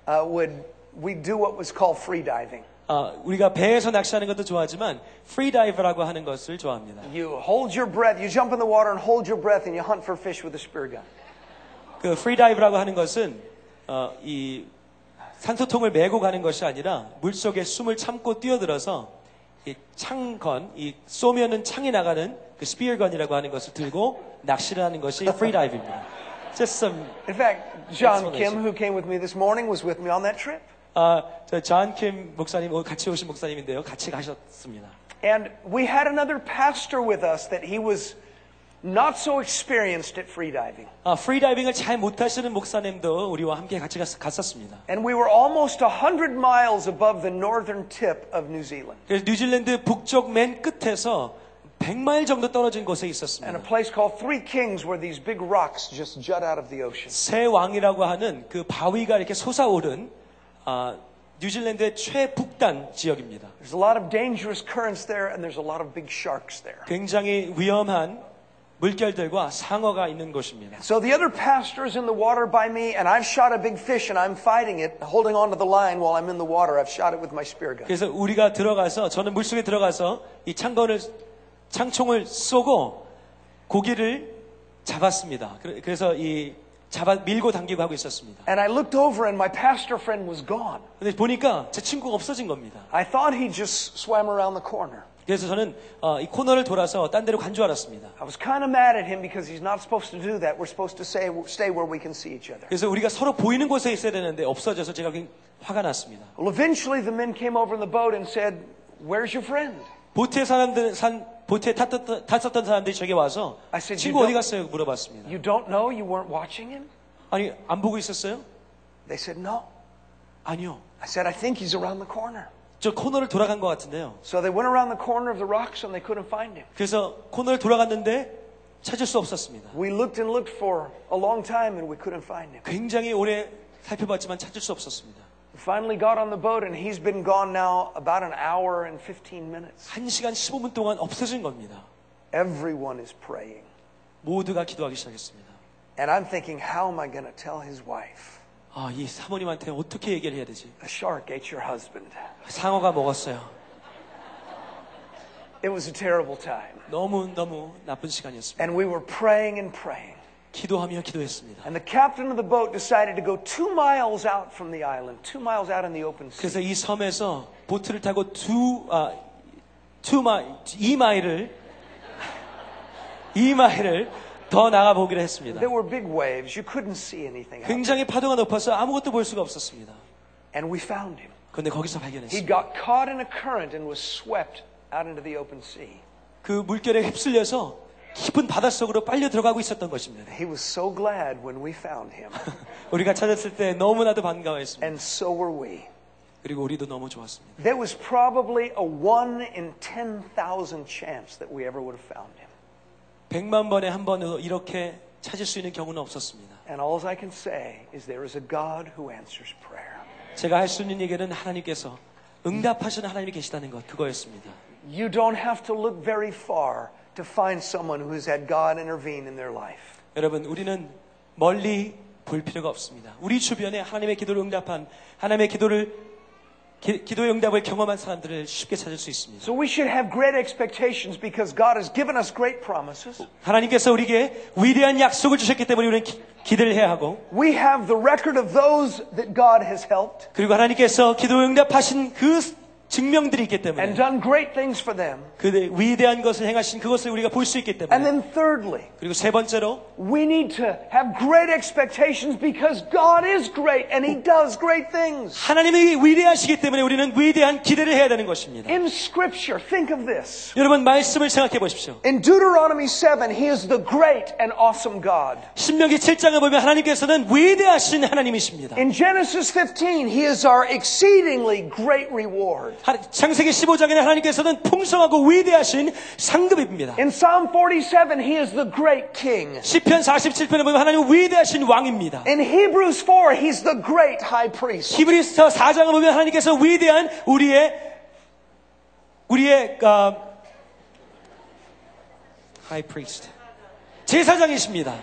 A: uh, would we do what was called free diving.
B: 아, 우리가 배에서 낚시하는 것도 좋아하지만 프리다이브라고 하는 것을 좋아합니다.
A: You hold your breath, you jump in the water and hold your breath, and you hunt for fish with a spear gun.
B: 그 프리다이브라고 하는 것은 어, 이 산소통을 메고 가는 것이 아니라 물속에 숨을 참고 뛰어들어서 이 창건, 이 쏘면은 창이 나가는 그 스피어건이라고 하는 것을 들고 낚시를 하는 것이 프리다이브입니다. Just some.
A: In fact, John
B: Explanation.
A: Kim, who came with me this morning, was with me on that trip.
B: 아, 저존킴 목사님 오늘 같이 오신 목사님인데요. 같이 가셨습니다.
A: And we had another pastor with us that he was not so experienced at freediving.
B: 아, 프리다이빙을 잘 못하시는 목사님도 우리와 함께 같이 갔, 갔었습니다.
A: And we were almost 100 miles above the northern tip of New Zealand
B: 그래서 뉴질랜드 북쪽 맨 끝에서 100마일 정도 떨어진
A: in
B: 곳에
A: a
B: 있었습니다.
A: place called Three Kings where these big rocks just jut out of the ocean.
B: 새 왕이라고 하는 그 바위가 이렇게 솟아오른 아, 뉴질랜드의 최북단 지역입니다.
A: There's a lot of dangerous currents there and there's a lot of big sharks there.
B: 굉장히 위험한 물결들과 상어가 있는 곳입니다.
A: So the other pastor is in the water by me and I've shot a big fish and I'm fighting it, holding onto the line while I'm in the water. I've shot it with my spear gun.
B: 그래서 우리가 들어가서 저는 물속에 들어가서 이 창건을 창총을 쏘고 고기를 잡았습니다. 그래- 그래서 이 잡아 밀고 당기고 하고 있었습니다.
A: And I looked over and my pastor friend was gone.
B: 근데 보니까 제 친구가 없어진 겁니다.
A: I thought he just swam around the corner.
B: 그래서 저는 어, 이 코너를 돌아서 딴 데로 간 줄 알았습니다.
A: I was kind of mad at him because he's not supposed to do that. We're supposed to say, stay where we can see each other.
B: 그래서 우리가 서로 보이는 곳에 있어야 되는데 없어져서 제가 굉장히 화가 났습니다.
A: Well, eventually the men came over in the boat and said, Where's your friend?
B: 보트에 사람들 산 보트에 탔었던, 탔었던 사람들이 저에게 와서
A: I said,
B: 친구
A: "You
B: 어디
A: don't-
B: 갔어요? 물어봤습니다.
A: You don't know? You weren't watching him?
B: 아니 안 보고 있었어요?
A: They said, No.
B: 아니요.
A: I said, I think he's around the corner.
B: 저 코너를 돌아간 것 같은데요.
A: So they went around the corner of the rocks and they couldn't find him.
B: 그래서 코너를 돌아갔는데 찾을 수 없었습니다.
A: We looked and looked for a long time and we couldn't find him.
B: 굉장히 오래 살펴봤지만 찾을 수 없었습니다.
A: We finally got on the boat and he's been gone now about an hour and 15 minutes.
B: 1시간 15분 동안 없어진 겁니다.
A: Everyone is praying.
B: 모두가 기도하기 시작했습니다.
A: And I'm thinking, how am I going to tell his wife?
B: 아, 이 사모님한테 어떻게 얘기를 해야 되지?
A: A shark ate your husband.
B: 상어가 먹었어요.
A: It was a terrible time.
B: 너무너무 나쁜 시간이었습니다.
A: And we were praying and praying.
B: 기도하며 기도했습니다.
A: And the captain of the boat decided to go two miles out from the island, two miles out in the open sea.
B: 그래서 이 섬에서 보트를 타고 두, 아, 두 마일, 2마일을, 2마일을 더 나가보기로 했습니다.
A: There were big waves. You couldn't see anything. out.
B: 굉장히 파도가 높아서 아무것도 볼 수가 없었습니다.
A: And we found him.
B: 그런데 거기서
A: He
B: 발견했습니다.
A: got caught in a current and was swept out into the open sea.
B: 그 물결에 휩쓸려서 깊은 바닷속으로 빨려 들어가고 있었던 것입니다.
A: He was so glad when we found him.
B: 우리가 찾았을 때 너무나도 반가워했습니다.
A: And so were we.
B: 그리고 우리도 너무 좋았습니다.
A: There was probably a one in 10,000 chance that we ever would have found him.
B: 백만 번에 한 번으로 이렇게 찾을 수 있는 경우는 없었습니다.
A: And all I can say is there is a God who answers prayer.
B: 제가 할 수 있는 얘기는 하나님께서 응답하시는 하나님이 계시다는 것 그거였습니다.
A: You don't have to look very far to find someone who has had God intervene in their life.
B: 여러분 우리는 멀리 볼 필요가 없습니다. 우리 주변에 하나님의 기도를 응답한 하나님의 기도를 기, 기도의 응답을 경험한 사람들을 쉽게 찾을 수 있습니다.
A: So we should have great expectations because God has given us great promises.
B: 하나님께서 우리에게 위대한 약속을 주셨기 때문에 우리는 기, 기대를 해야 하고
A: We have the record of those that God has helped
B: 그리고 하나님께서 기도 응답하신 그 증명들이 있기 때문에
A: and done great things for them.
B: 그 위대한 것을 행하신 그것을 우리가 볼 수 있기
A: And
B: 때문에
A: then thirdly,
B: 그리고 세 번째로
A: we need to have great expectations because God is great and He does great things.
B: 하나님이 위대하시기 때문에 우리는 위대한 기대를 해야 되는 것입니다.
A: In Scripture, think of this.
B: 여러분 말씀을 생각해 보십시오.
A: In Deuteronomy 7, He is the great and awesome God.
B: 신명기 7장을 보면 하나님께서는 위대하신 하나님이십니다.
A: In Genesis 15, He is our exceedingly great reward.
B: 하- 창세기 15장에는 하나님께서는 풍성하고 위대하신 상급입니다.
A: In Psalm 47, He is the great King.
B: 시편 47편에 보면 하나님은 위대하신 왕입니다.
A: In Hebrews 4, He's the great high priest.
B: 히브리서 4장을 보면 하나님께서 위대한 우리의 우리의 어, High Priest 제사장이십니다.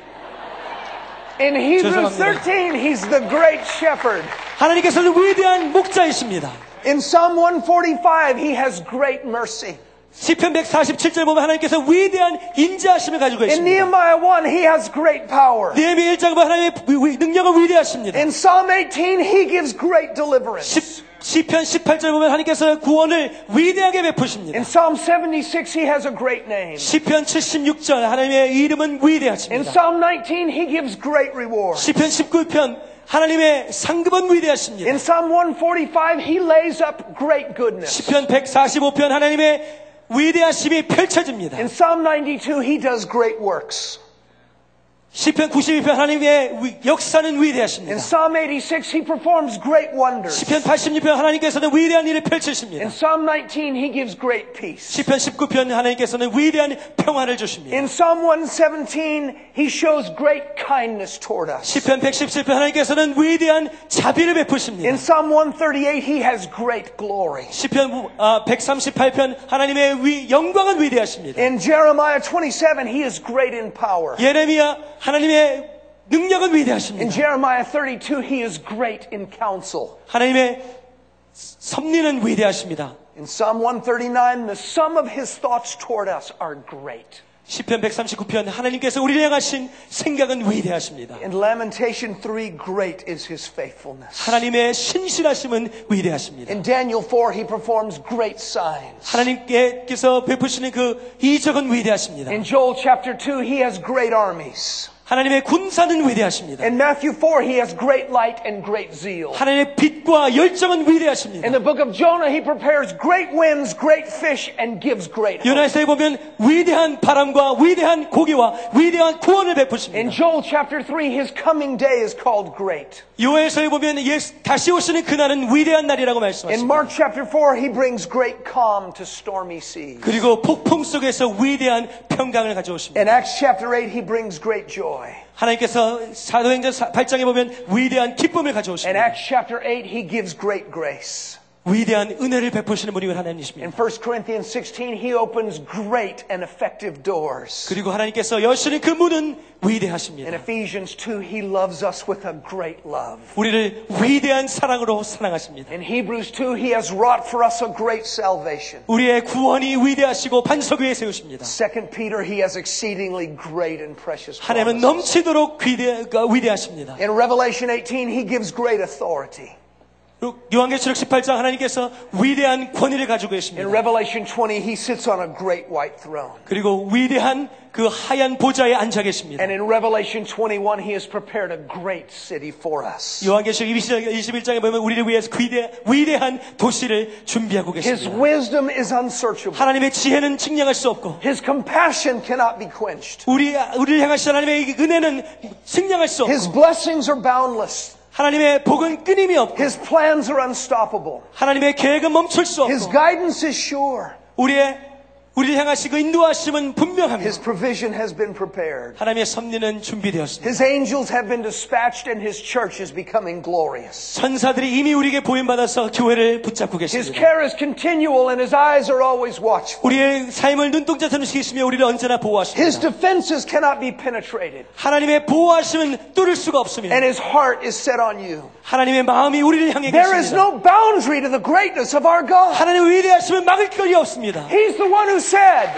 A: In Hebrews
B: 죄송합니다.
A: 13, He's the great shepherd.
B: 하나님께서는 위대한 목자이십니다.
A: In Psalm 145, He has great mercy.
B: 시편 147절 보면 하나님께서 위대한 인자하심을 가지고
A: In
B: 계십니다.
A: Nehemiah 1, He has great power.
B: 니에미 1장 보면 하나님의 위- 위- 능력은 위대하십니다.
A: In Psalm 18, He gives great deliverance.
B: 10, 시편 18절 보면 하나님께서 구원을 위대하게 베푸십니다.
A: In Psalm 76, he has a great name.
B: 시편 76절 하나님의 이름은
A: In
B: 위대하십니다.
A: Psalm 19, he gives great reward.
B: 시편 19편 하나님의 상급은 위대하십니다.
A: In Psalm 145, he lays up great goodness.
B: 시편 145편 하나님의 위대하심이 펼쳐집니다.
A: In Psalm 92, he does great works.
B: 시편 92편 하나님의 위- 역사는
A: In
B: 위대하십니다.
A: Psalm 86, he performs great wonders.
B: 시편 86편 하나님께서는 위대한
A: In
B: 일을 펼치십니다.
A: Psalm 19, he gives great peace.
B: 시편 19편 하나님께서는 위대한 평화를 주십니다.
A: In Psalm 117, he shows great kindness toward us.
B: 시편 117편 하나님께서는 위대한 자비를
A: In
B: 베푸십니다.
A: Psalm 138, he has great glory.
B: 시편 아, 138편 하나님의 위- 영광은 위대하십니다.
A: In Jeremiah 27, he is great in power.
B: 예레미야 하나님의 능력은
A: In
B: 위대하십니다.
A: Jeremiah 32, he is great in counsel.
B: 하나님의 섭리는 위대하십니다.
A: In Psalm 139, the sum of his thoughts toward us are great.
B: 시편 139편 하나님께서 우리를 향하신 생각은 위대하십니다.
A: In Lamentation 3, great is his faithfulness.
B: 하나님의 신실하심은 위대하십니다.
A: In Daniel 4, he performs great signs.
B: 하나님께서 베푸시는 그 이적은 위대하십니다.
A: In Joel chapter 2, he has great armies.
B: 하나님의 군사는 위대하십니다.
A: In Matthew 4, he has great light and great zeal.
B: 하나님의 빛과 열정은 위대하십니다.
A: In the book of Jonah, he prepares great winds, great fish, and gives great hope.
B: 요나서에 보면 위대한 바람과 위대한 고기와 위대한 구원을
A: In
B: 베푸십니다.
A: Joel chapter 3, his coming day is called great.
B: 요엘서에 보면 예수 다시 오시는 그날은 위대한 날이라고
A: In
B: 말씀하십니다.
A: Mark chapter 4, he brings great calm to stormy seas.
B: 그리고 폭풍 속에서 위대한 평강을 가져오십니다.
A: In Acts chapter 8, he brings great joy.
B: 하나님께서 사도행전 8장에 보면 위대한 기쁨을
A: In
B: 가져오십니다.
A: Acts chapter 8, he gives great grace.
B: 위대한 은혜를 베푸시는 분이
A: In
B: 하나님이십니다.
A: 1 Corinthians 16, he opens great and effective doors.
B: 그리고 하나님께서 여시는 그 문은
A: In
B: 위대하십니다.
A: Ephesians 2, he loves us with a great love.
B: 우리를 위대한 사랑으로 사랑하십니다.
A: In Hebrews 2, he has wrought for us a great salvation.
B: 우리의 구원이 위대하시고 반석 위에 세우십니다.
A: 2 Peter, he has exceedingly great and precious
B: 하나님은
A: promises.
B: 넘치도록 위대, 가- 위대하십니다.
A: In Revelation 18, he gives great authority.
B: 그리고 요한계시록 18장 하나님께서 위대한 권위를 가지고
A: In
B: 계십니다.
A: Revelation 20, he sits on a great white throne.
B: 그리고 위대한 그 하얀 보좌에 앉아 계십니다.
A: And in Revelation 21, he has prepared a great city for us.
B: 요한계시록 21장에 보면 우리를 위해서 위대, 위대한 도시를 준비하고
A: His
B: 계십니다.
A: wisdom is unsearchable.
B: 하나님의 지혜는 측량할 수 없고
A: His compassion cannot be quenched.
B: 우리, 우리를 향하신 하나님의 이 은혜는 측량할 수 없고
A: His blessings are boundless.
B: 하나님의 복은 끊임이 없고
A: His plans are unstoppable.
B: 하나님의 계획은 멈출 수
A: His
B: 없고
A: guidance is sure.
B: 우리의 우리를 향하시고 인도하심은 분명합니다.
A: His provision has been prepared.
B: 하나님의 섭리는 준비되었습니다.
A: His angels have been dispatched and his church is becoming glorious.
B: 천사들이 이미 우리에게 보임받아서 교회를 붙잡고
A: His
B: 계십니다.
A: care is continual and his eyes are always watchful.
B: 우리의 삶을 눈동자처럼 지키시며 우리를 언제나
A: His
B: 보호하십니다.
A: defenses cannot be penetrated
B: 하나님의 보호하심은 뚫을 수가 없습니다.
A: and his heart is set on you.
B: 하나님의 마음이 우리를 향해
A: There is
B: 계십니다.
A: no boundary to the greatness of our God.
B: 하나님의 위대하심은 막을 거리 없습니다.
A: He's the one who said,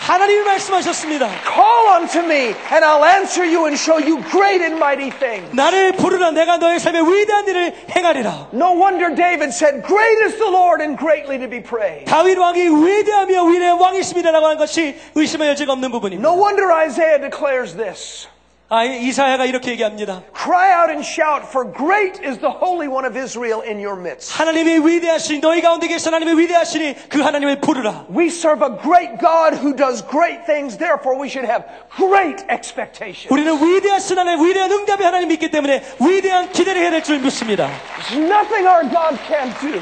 B: 하나님이 말씀하셨습니다.
A: Call unto me and I'll answer you and show you great and mighty things.
B: 나를 부르라 내가 너의 삶에 위대한 일을 행하리라.
A: No wonder David said, Great is the Lord and greatly to be praised.
B: 다윗 왕이 위대하며 위대한 왕이십니다라고 하는 것이 의심의 여지가 없는 부분입니다.
A: No wonder Isaiah declares this.
B: 아, 이사야가 이렇게 얘기합니다.
A: Cry out and shout, for great is the Holy One of Israel in your midst.
B: 하나님이 위대하시니 너희 가운데 계신 하나님이 위대하시니 그 하나님을 부르라.
A: We serve a great God who does great things, therefore we should have great expectation.
B: 우리는 위대하신 하나님, 위대한 응답의 하나님 믿기 때문에 위대한 기대를 해야 될 줄 믿습니다.
A: There's nothing our God can't do.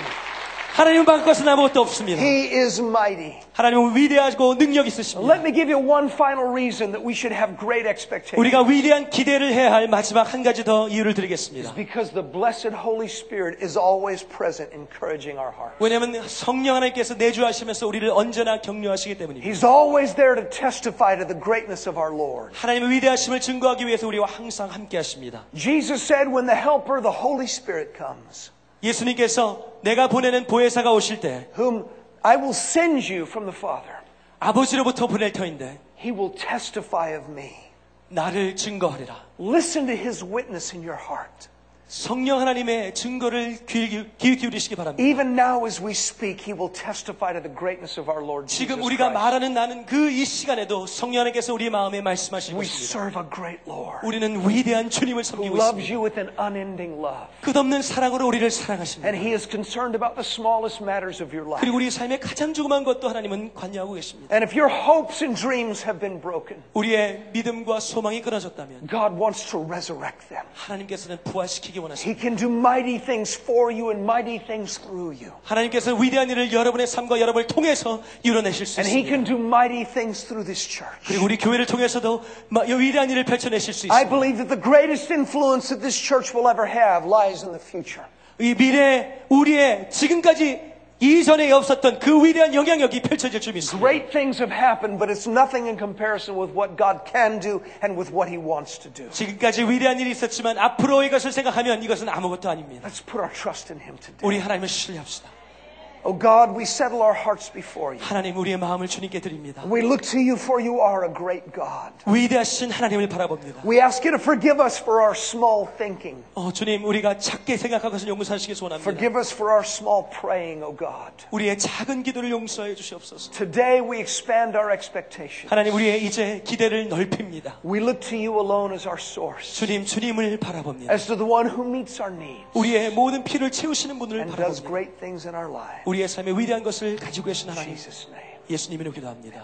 B: 하나님은 바꿀 것은 아무것도 없습니다.
A: He is mighty.
B: 하나님은 위대하고 능력 있으십니다.
A: Let me give you one final reason that we should have great expectation.
B: 우리가 위대한 기대를 해야 할 마지막 한 가지 더 이유를 드리겠습니다.
A: Because the blessed Holy Spirit is always present, encouraging our heart.
B: 왜냐하면 성령 하나님께서 내주하시면서 우리를 언제나 격려하시기 때문입니다.
A: He's always there to testify to the greatness of our Lord.
B: 하나님의 위대하심을 증거하기 위해서 우리와 항상 함께 하십니다.
A: Jesus said, when the Helper, the Holy Spirit comes,
B: 예수님께서 내가 보내는 보혜사가 오실 때
A: whom I will send you from the Father.
B: 아버지로부터 보낼 터인데
A: He will testify of me.
B: 나를 증거하리라.
A: Listen to his witness in your heart.
B: 성령 하나님의 증거를 귀, 기울- 귀 기울이시기 바랍니다.
A: Even now, as we speak, he will testify to the greatness of our Lord Jesus
B: 지금
A: Christ.
B: 우리가 말하는 나는 그 이 시간에도 성령 하나님께서 우리의 마음에 말씀하시고
A: We
B: 있습니다.
A: serve a great Lord
B: 우리는 위대한 주님을
A: who
B: 섬기고
A: loves
B: 있습니다.
A: you with an unending love.
B: 끝없는 사랑으로 우리를 사랑하십니다.
A: And he is concerned about the smallest matters of your life.
B: 그리고 우리의 삶의 가장 조그만 것도 하나님은 관여하고 계십니다.
A: And if your hopes and dreams have been broken,
B: 우리의 믿음과 소망이 끊어졌다면
A: God wants to resurrect them.
B: 하나님께서는 부활시키기 원하십니다.
A: He can do mighty things for you and mighty things through you.
B: 하나님께서는 위대한 일을 여러분의 삶과 여러분을 통해서 이뤄내실 수
A: And he
B: 있습니다.
A: can do mighty things through this church.
B: 그리고 우리 교회를 통해서도 마- 이 위대한 일을 펼쳐내실 수
A: I
B: 있습니다.
A: believe that the greatest influence that this church will ever have lies in the future.
B: 이 미래 우리의 지금까지 이전에 없었던 그 위대한 영향력이 펼쳐질 줄 믿습니다.
A: Great things have happened, but it's nothing in comparison with what God can do and with what he wants to do.
B: 지금까지 위대한 일이 있었지만 앞으로 이것을 생각하면 이것은 아무것도 아닙니다.
A: Let's put our trust in him today.
B: 우리 하나님을 신뢰합시다.
A: Oh God, we settle our hearts before you.
B: 하나님 우리의 마음을 주님께 드립니다.
A: We look to you for you are a great God.
B: 위대하신 하나님을 바라봅니다.
A: We ask you to forgive us for our small thinking.
B: 어, 주님 우리가 작게 생각한 것을 용서하시길 소원합니다.
A: Forgive us for our small praying, oh God.
B: 우리의 작은 기도를 용서해 주시옵소서.
A: Today we expand our expectation.
B: 하나님 우리의 이제 기대를 넓힙니다.
A: We look to you alone as our source,
B: 주님 주님을 바라봅니다.
A: as to the one who meets our needs
B: 우리의 모든 필요를 채우시는 분을
A: and does
B: 바라봅니다.
A: great things in our lives.
B: 우리의 삶에 위대한 것을 가지고 계신
A: In
B: 하나님
A: Jesus' name.
B: 예수님으로 기도합니다.